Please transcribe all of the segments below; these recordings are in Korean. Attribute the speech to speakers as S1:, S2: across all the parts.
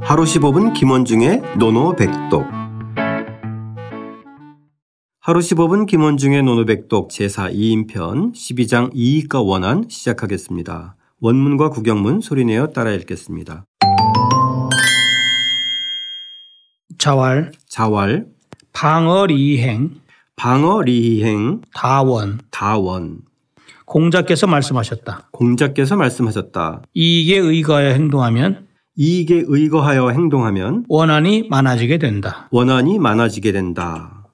S1: 하루 15분 김원중의 노노백독 하루 15분 김원중의 노노백독 제4이인편 12장 2이과 원안 시작하겠습니다. 원문과 구경문 소리내어 따라 읽겠습니다.
S2: 자왈,
S1: 자왈,
S2: 방어리행,
S1: 방어, 리행,
S2: 다원,
S1: 다원.
S2: 공자께서 말씀하셨다.
S1: 공자께서 말씀하셨다.
S2: 이익에 의거하여 행동하면
S1: 이익에 의거하여 행동하면
S2: 원한이 많아지게 된다.
S1: 원한이 많아지게 된다.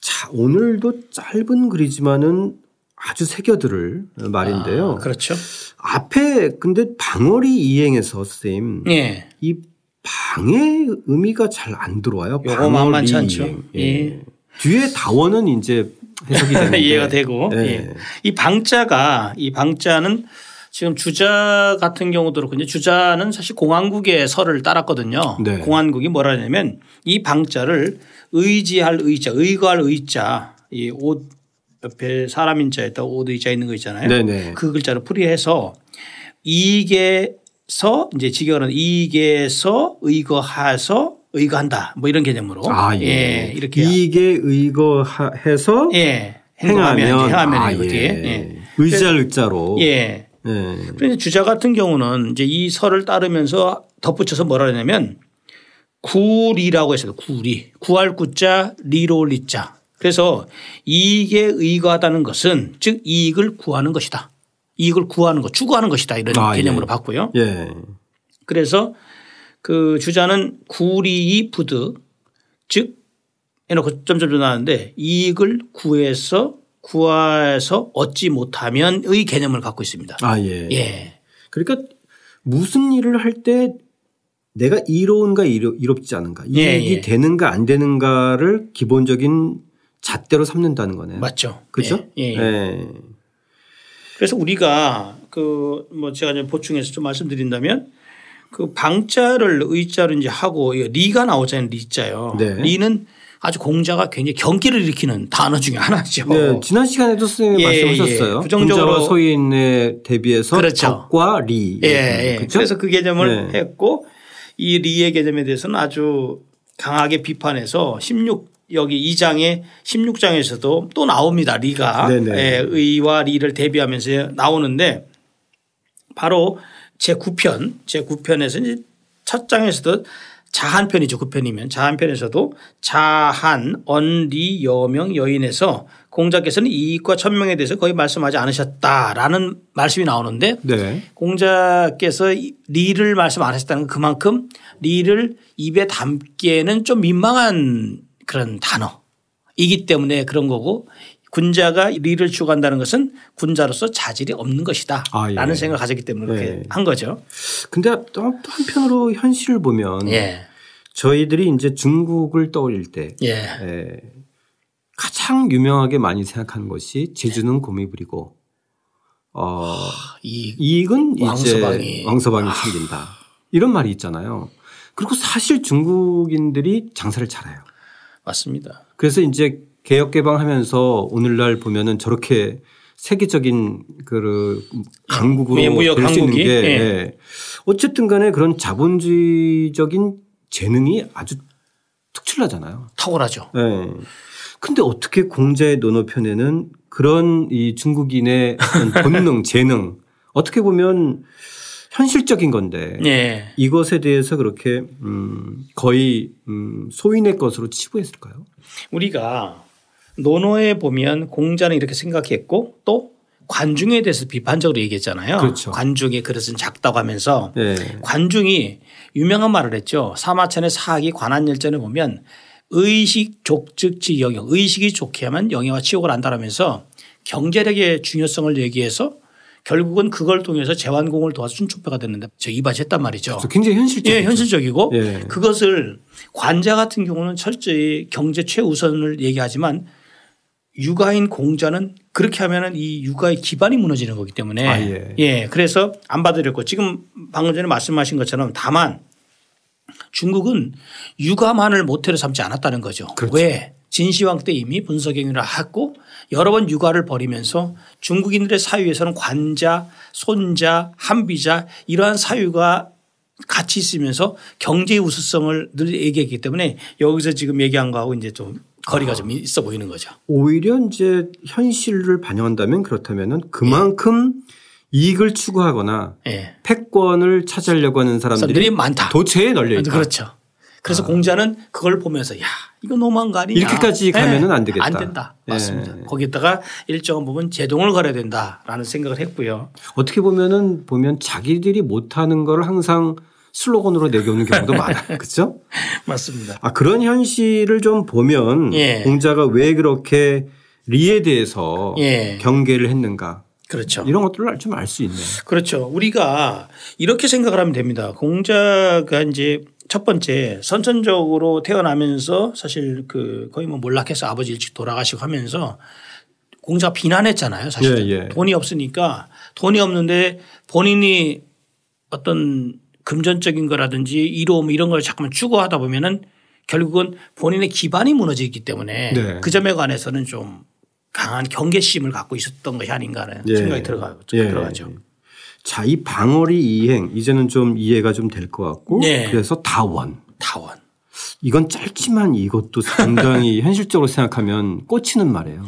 S1: 자, 오늘도 짧은 글이지만은 아주 새겨들을 말인데요.
S2: 아, 그렇죠.
S1: 앞에 근데 방어리 이행에서 선생님
S2: 예.
S1: 이 방의 의미가 잘 안 들어와요.
S2: 요거
S1: 방어리
S2: 만만치 않죠.
S1: 이행.
S2: 예.
S1: 뒤에 다원은 이제 해석이 되는데
S2: 이해가 되고.
S1: 예.
S2: 예. 이 방자가 이 방자는 지금 주자 같은 경우도 그렇고 이제 주자는 사실 공안국의 설을 따랐거든요.
S1: 네.
S2: 공안국이 뭐라 하냐면 이 방자를 의지할 의자, 의거할 의자, 이 옷 옆에 사람인 자에다 옷 의자 있는 거 있잖아요.
S1: 네네.
S2: 그 글자를 풀이해서 이익에서 이제 직역은 이익에서 의거해서 의거한다 뭐 이런 개념으로
S1: 아, 예.
S2: 예. 이렇게
S1: 이익에 의거해서
S2: 예
S1: 행하면,
S2: 행하면 행하면
S1: 아,
S2: 이거지
S1: 예.
S2: 예.
S1: 의지할 의자로
S2: 예.
S1: 예.
S2: 그런데 주자 같은 경우는 이제 이 설을 따르면서 덧붙여서 뭐라 하냐면 구리라고 했어요. 구리. 구할 구자 리로 리자. 그래서 이익에 의거하다는 것은 즉 이익을 구하는 것이다. 이익을 구하는 것, 추구하는 것이다 이런
S1: 아,
S2: 개념으로
S1: 예.
S2: 봤고요.
S1: 예.
S2: 그래서 그 주자는 구리이 부드 즉 해놓고 점점점 나왔는데 이익을 구해서 구하에서 얻지 못하면의 개념을 갖고 있습니다.
S1: 아 예.
S2: 예.
S1: 그러니까 무슨 일을 할 때 내가 이로운가 이로, 이롭지 않은가 이익이
S2: 예, 예.
S1: 되는가 안 되는가를 기본적인 잣대로 삼는다는 거네요.
S2: 맞죠.
S1: 그죠?
S2: 예, 예.
S1: 예.
S2: 그래서 우리가 그 뭐 제가 좀 보충해서 좀 말씀드린다면 그 방자를 의자로 이제 하고 이 리가 나오잖아요. 리자요.
S1: 네.
S2: 리는 아주 공자가 굉장히 경기를 일으키는 단어 중에 하나죠.
S1: 네, 지난 시간에도 선생님
S2: 예,
S1: 말씀하셨어요.
S2: 예. 부정적으로-
S1: 부정적으로 소인에 대비해서
S2: 그렇죠.
S1: 적과 리.
S2: 예, 예.
S1: 그렇죠?
S2: 그래서 그 개념을
S1: 네.
S2: 했고 이 리의 개념에 대해서는 아주 강하게 비판해서 16 여기 2장에 16장에서도 또 나옵니다. 리가
S1: 네네.
S2: 예, 의와 리를 대비하면서 나오는데 바로 제 9편 제 9편에서 이제 첫 장에서도 자한편이죠. 9편이면 자한편에서도 자한 언리 여명 여인에서 공자께서는 이익과 천명에 대해서 거의 말씀하지 않으셨다라는 말씀이 나오는데
S1: 네.
S2: 공자께서 이- 리를 말씀 안 하셨다는 건 그만큼 리를 입에 담기에는 좀 민망한 그런 단어이기 때문에 그런 거고 군자가 리를 추구한다는 것은 군자로서 자질이 없는 것이다
S1: 아, 예.
S2: 라는 생각을 가졌기 때문에 그렇게
S1: 네.
S2: 한 거죠.
S1: 근데 또 한편으로 현실을 보면
S2: 예.
S1: 저희들이 이제 중국을 떠올릴 때
S2: 예.
S1: 예, 가장 유명하게 많이 생각하는 것이 제주는 고미부리고 어,
S2: 이
S1: 이익은 이제
S2: 왕서방이. 아.
S1: 왕서방이 챙긴다 이런 말이 있잖아요. 그리고 사실 중국인들이 장사를 잘해요.
S2: 맞습니다.
S1: 그래서 이제 개혁 개방하면서 오늘날 보면은 저렇게 세계적인 그
S2: 예,
S1: 강국으로
S2: 무역
S1: 될 수 있는
S2: 강국이,
S1: 게
S2: 예.
S1: 예. 어쨌든 간에 그런 자본주의적인 재능이 아주 특출나잖아요.
S2: 탁월하죠.
S1: 예. 근데 어떻게 공자의 논어편에는 그런 이 중국인의 어떤 본능, 재능 어떻게 보면 현실적인 건데
S2: 예.
S1: 이것에 대해서 그렇게 음 거의 음 소인의 것으로 치부했을까요?
S2: 우리가 논어에 보면 공자는 이렇게 생각했고 또 관중에 대해서 비판적으로 얘기했잖아요.
S1: 그렇죠.
S2: 관중의 그릇은 작다고 하면서
S1: 예.
S2: 관중이 유명한 말을 했죠. 사마천의 사학이 관한열전에 보면 의식 족즉지 영역, 의식이 좋게야만 영예와 치욕을 안다라면서 경제력의 중요성을 얘기해서 결국은 그걸 통해서 재완공을 도와서 순초패가 됐는데 저 이바지했단 말이죠.
S1: 그래서 굉장히 현실적.
S2: 예, 현실적이고
S1: 예.
S2: 그것을 관자 같은 경우는 철저히 경제 최우선을 얘기하지만 육아인 공자는 그렇게 하면은 이 육아의 기반이 무너지는 거기 때문에
S1: 아, 예.
S2: 그래서 안 받으려고 지금 방금 전에 말씀하신 것처럼 다만 중국은 육아만을 모태로 삼지 않았다는 거죠.
S1: 그렇죠.
S2: 왜? 진시황 때 이미 분서경유를 하고 여러 번 육아를 벌이면서 중국인들의 사유에서는 관자, 손자, 한비자 이러한 사유가 같이 있으면서 경제의 우수성을 늘 얘기했기 때문에 여기서 지금 얘기한 거하고 이제 좀
S1: 아.
S2: 거리가 좀 있어 보이는 거죠.
S1: 오히려 이제 현실을 반영한다면 그렇다면은 그만큼 이익을 추구하거나
S2: 예.
S1: 패권을 차지하려고 하는 사람들이 아,
S2: 사람들이 많다.
S1: 도체에 널려 있다.
S2: 그렇죠. 그래서 공자는 그걸 보면서 야 이거 너무한 거 아니냐.
S1: 이렇게까지 가면은 안 되겠다.
S2: 안 된다.
S1: 예.
S2: 맞습니다. 거기다가 일정한 부분 제동을 걸어야 된다라는 생각을 했고요.
S1: 어떻게 보면은 보면 자기들이 못하는 걸 항상 슬로건으로 내겨오는 경우도 많아요. 그렇죠?
S2: 맞습니다.
S1: 아 그런 현실을 좀 보면
S2: 예.
S1: 공자가 왜 그렇게 리에 대해서
S2: 예.
S1: 경계를 했는가
S2: 그렇죠.
S1: 이런 것들을 좀 알 수 있네요.
S2: 그렇죠. 우리가 이렇게 생각을 하면 됩니다. 공자가 이제 첫 번째 선천적으로 태어나면서 사실 그 거의 뭐 몰락해서 아버지 일찍 돌아가시고 하면서 공자가 비난했잖아요. 사실
S1: 예, 예.
S2: 돈이 없으니까 돈이 없는데 본인이 어떤 금전적인 거라든지 이로움 이런 걸 자꾸만 추구하다 보면은 결국은 본인의 기반이 무너지기 때문에
S1: 네.
S2: 그 점에 관해서는 좀 강한 경계심을 갖고 있었던 것이 아닌가 하는
S1: 예.
S2: 생각이 들어가,
S1: 예.
S2: 들어가죠.
S1: 자, 이 방어리 이행 이제는 좀 이해가 좀 될 것 같고
S2: 네.
S1: 그래서 다원
S2: 다원.
S1: 이건 짧지만 이것도 상당히 현실적으로 생각하면 꽂히는 말이에요.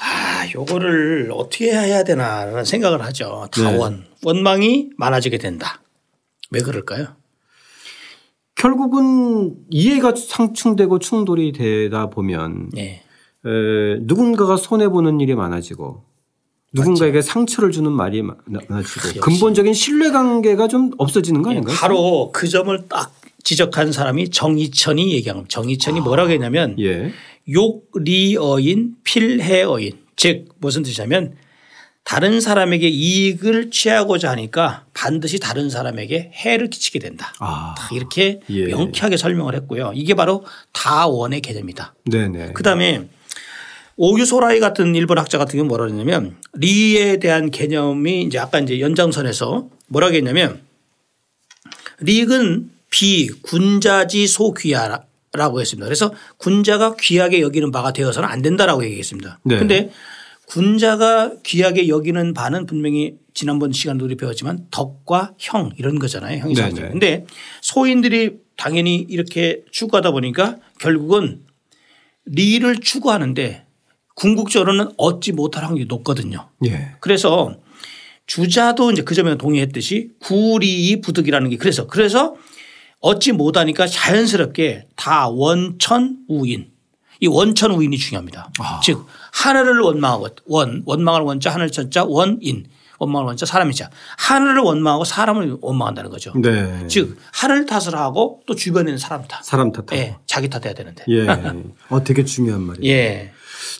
S2: 아, 요거를 어떻게 해야 되나라는 생각을 하죠. 다원.
S1: 네.
S2: 원망이 많아지게 된다. 왜 그럴까요?
S1: 결국은 이해가 상충되고 충돌이 되다 보면
S2: 예.
S1: 에, 누군가가 손해 보는 일이 많아지고 누군가에게 상처를 주는 말이 많- 많아지고 근본적인 신뢰 관계가 좀 없어지는 거 아닌가요?
S2: 바로 그 점을 딱 지적한 사람이 정이천이 얘기한 겁니다. 정이천이
S1: 아.
S2: 뭐라고 했냐면
S1: 예.
S2: 욕리어인 필해어인. 즉, 무슨 뜻이냐면 다른 사람에게 이익을 취하고자 하니까 반드시 다른 사람에게 해를 끼치게 된다.
S1: 아,
S2: 이렇게
S1: 예.
S2: 명쾌하게 설명을 했고요. 이게 바로 다원의 개념이다.
S1: 네네.
S2: 그 다음에 오유소라이 같은 일본 학자 같은 경우는 뭐라 그랬냐면 리에 대한 개념이 이제 아까 이제 연장선에서 뭐라 그랬냐면 리익은 비, 군자지, 소귀하라고 했습니다. 그래서 군자가 귀하게 여기는 바가 되어서는 안 된다라고 얘기했습니다.
S1: 네.
S2: 그런데 군자가 귀하게 여기는 바는 분명히 지난번 시간도 우리 배웠지만 덕과 형 이런 거잖아요. 형이
S1: 네네.
S2: 상징. 근데 소인들이 당연히 이렇게 추구하다 보니까 결국은 리를 추구하는데 궁극적으로는 얻지 못할 확률이 높거든요.
S1: 예.
S2: 그래서 주자도 이제 그 점에 동의했듯이 구리이 부득이라는 게 그래서 그래서 얻지 못하니까 자연스럽게 다 원천 우인 이 원천 우인이 중요합니다.
S1: 아.
S2: 즉 하늘을 원망하고 원 원망을 원자 하늘 천자 원인 원망을 원자 사람이자 하늘을 원망하고 사람을 원망한다는 거죠.
S1: 네.
S2: 즉 하늘 탓을 하고 또 주변에 있는 사람 탓,
S1: 사람 탓하고.
S2: 예, 자기 탓해야 되는데.
S1: 예. 어, 되게 중요한 말이에요.
S2: 예.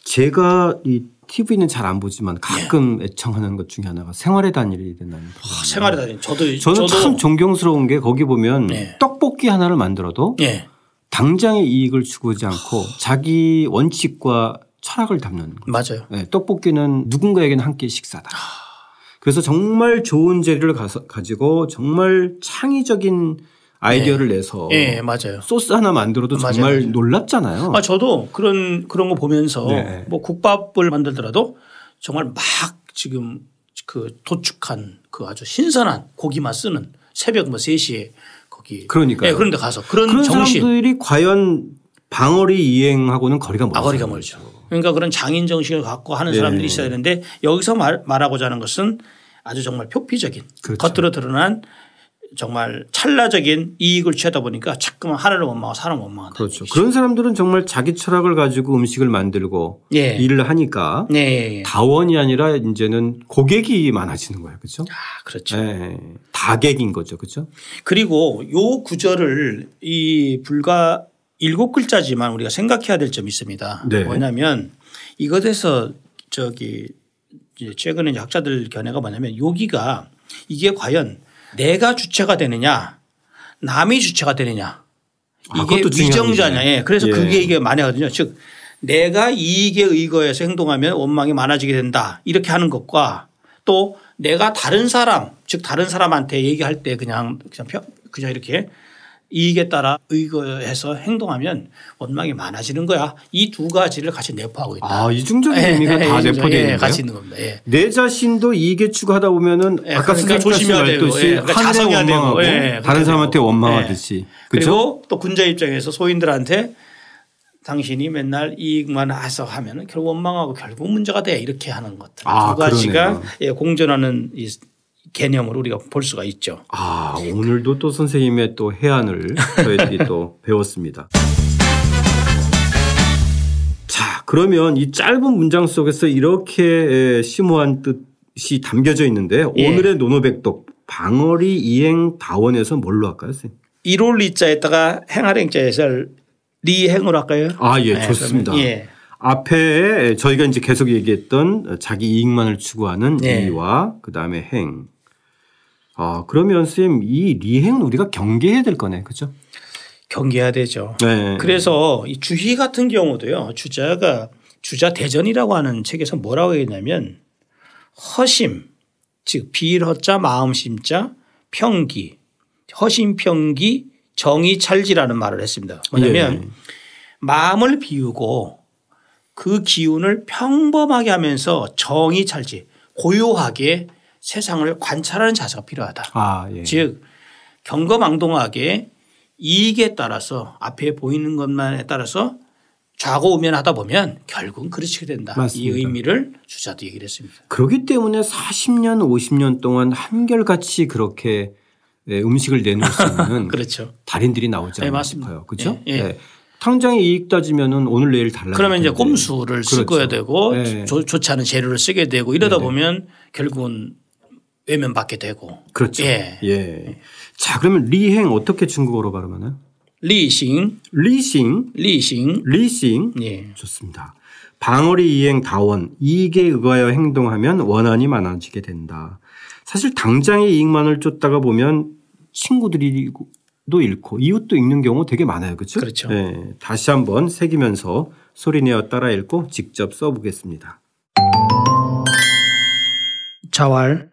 S1: 제가 이 TV는 잘 안 보지만 가끔 애청하는 것 중에 하나가 생활의 단일이 된다는 거.
S2: 예. 아, 생활에 다니 저도
S1: 음. 저는 참 존경스러운 게 거기 보면
S2: 네.
S1: 떡볶이 하나를 만들어도
S2: 예.
S1: 당장의 이익을 추구하지 않고 자기 원칙과 철학을 담는 거.
S2: 맞아요.
S1: 네, 떡볶이는 누군가에게는 한 끼 식사다. 그래서 정말 좋은 재료를 가서- 가지고 정말 창의적인 아이디어를 내서
S2: 예, 맞아요.
S1: 소스 하나 만들어도
S2: 맞아요,
S1: 정말
S2: 맞아요.
S1: 놀랍잖아요.
S2: 아, 저도 그런 그런 거 보면서
S1: 네.
S2: 뭐 국밥을 만들더라도 정말 막 지금 그 도축한 그 아주 신선한 고기만 쓰는 새벽 뭐 3시에 거기
S1: 그러니까요.
S2: 예, 그런데 가서 그런,
S1: 그런
S2: 정신
S1: 사람들이 과연 방어리 이행하고는 거리가 멀죠.
S2: 아거리가 멀죠. 그러니까 그런 장인 정신을 갖고 하는
S1: 예.
S2: 사람들이 있어야 되는데 여기서 말, 말하고자 하는 것은 아주 정말 표피적인
S1: 그렇죠.
S2: 겉으로 드러난 정말 찰나적인 이익을 취하다 보니까 자꾸만 하늘을 원망하고 사람을 원망한다.
S1: 그렇죠. 그런 사람들은 정말 자기 철학을 가지고 음식을 만들고
S2: 예.
S1: 일을 하니까
S2: 네, 예, 예.
S1: 다원이 아니라 이제는 고객이 많아지는 거예요. 그렇죠?
S2: 아, 그렇죠.
S1: 예. 다객인 거죠. 그렇죠?
S2: 그리고 요 구절을 이 불과 일곱 글자지만 우리가 생각해야 될 점이 있습니다.
S1: 네.
S2: 뭐냐면 이것에서 저기 이제 최근에 이제 학자들 견해가 뭐냐면 여기가 이게 과연 내가 주체가 되느냐 남이 주체가 되느냐
S1: 아,
S2: 이게
S1: 그것도 중요한
S2: 위정자냐. 예. 그래서
S1: 예.
S2: 그게 이게 만약거든요. 즉 내가 이익에 의거해서 행동하면 원망이 많아지게 된다. 이렇게 하는 것과 또 내가 다른 사람 즉 다른 사람한테 얘기할 때 그냥 그냥 펴- 그냥 이렇게 이익에 따라 의거해서 행동하면 원망이 많아지는 거야. 이 두 가지를 같이 내포하고 있다.
S1: 아, 이중적인
S2: 예,
S1: 의미가
S2: 예,
S1: 다
S2: 예,
S1: 내포되어
S2: 예,
S1: 있는 거예요.
S2: 같이 있는 겁니다. 예.
S1: 내 자신도 이익에 추구하다 보면은
S2: 예,
S1: 아까
S2: 그러니까
S1: 선생님
S2: 조심해야
S1: 말씀하셨듯이
S2: 되고, 예, 그러니까
S1: 한
S2: 자성해야 되고,
S1: 원망하고
S2: 예, 그렇게
S1: 다른
S2: 되고.
S1: 사람한테
S2: 예.
S1: 원망하듯이 그렇죠?
S2: 그리고 또 군자 입장에서 소인들한테 당신이 맨날 이익만 해서 하면은 결국 원망하고 결국 문제가 돼 이렇게 하는 것들
S1: 아,
S2: 두 가지가
S1: 그러네요.
S2: 예, 공존하는 이 개념을 우리가 볼 수가 있죠.
S1: 아 오늘도 또 선생님의 또 해안을 저희들이 또 배웠습니다. 자 그러면 이 짧은 문장 속에서 이렇게 에, 심오한 뜻이 담겨져 있는데
S2: 예.
S1: 오늘의 노노백독 방어리 이행 다원에서 뭘로 할까요, 선생님?
S2: 일올리자에다가 행하랭자에서 리행으로 할까요?
S1: 아예
S2: 네,
S1: 좋습니다.
S2: 그러면, 예.
S1: 앞에 저희가 이제 계속 얘기했던 자기 이익만을 추구하는
S2: 예.
S1: 이와 그 다음에 행. 아 그러면 선생님 이 리행은 우리가 경계해야 될 거네, 그렇죠?
S2: 경계해야 되죠.
S1: 네.
S2: 그래서 이 주희 같은 경우도요. 주자가 주자 대전이라고 하는 책에서 뭐라고 했냐면 허심 즉 비일허자 마음심자 평기 허심평기 정의찰지라는 말을 했습니다. 뭐냐면
S1: 예.
S2: 마음을 비우고 그 기운을 평범하게 하면서 정의찰지 고요하게 세상을 관찰하는 자세가 필요하다.
S1: 아, 예.
S2: 즉 경거망동하게 이익에 따라서 앞에 보이는 것만에 따라서 좌고우면하다 보면 결국은 그르치게 된다.
S1: 맞습니다.
S2: 이 의미를 주자도 얘기를 했습니다.
S1: 그렇기 때문에 40년, 50년 동안 한결같이 그렇게 예, 음식을 내놓을 수 있는
S2: 그렇죠.
S1: 달인들이 나오지
S2: 네,
S1: 않나
S2: 맞습니다.
S1: 싶어요. 그렇죠?
S2: 예, 예.
S1: 당장에 이익 따지면은 오늘 내일 달라.
S2: 그러면 이제 꼼수를 쓰게
S1: 그렇죠.
S2: 되고
S1: 예.
S2: 좋- 좋지 않은 재료를 쓰게 되고 이러다 보면 결국은 외면받게 되고
S1: 그렇죠.
S2: 예.
S1: 예. 자, 그러면 리행 어떻게 중국어로 발음하나요?
S2: 리싱
S1: 리싱,
S2: 리싱
S1: 리싱.
S2: 예.
S1: 좋습니다. 방어리 이행 다원 이익에 의하여 행동하면 원한이 많아지게 된다. 사실 당장의 이익만을 쫓다가 보면 친구들도 잃고 이웃도 잃는 경우 되게 많아요. 그렇죠?
S2: 그렇죠.
S1: 네, 다시 한번 새기면서 소리내어 따라 읽고 직접 써보겠습니다.
S2: 자활,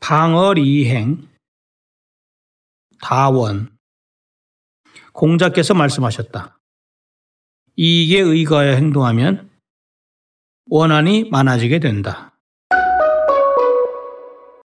S2: 방어리행, 다원. 공자께서 말씀하셨다. 이익에 의거하여 행동하면 원한이 많아지게 된다.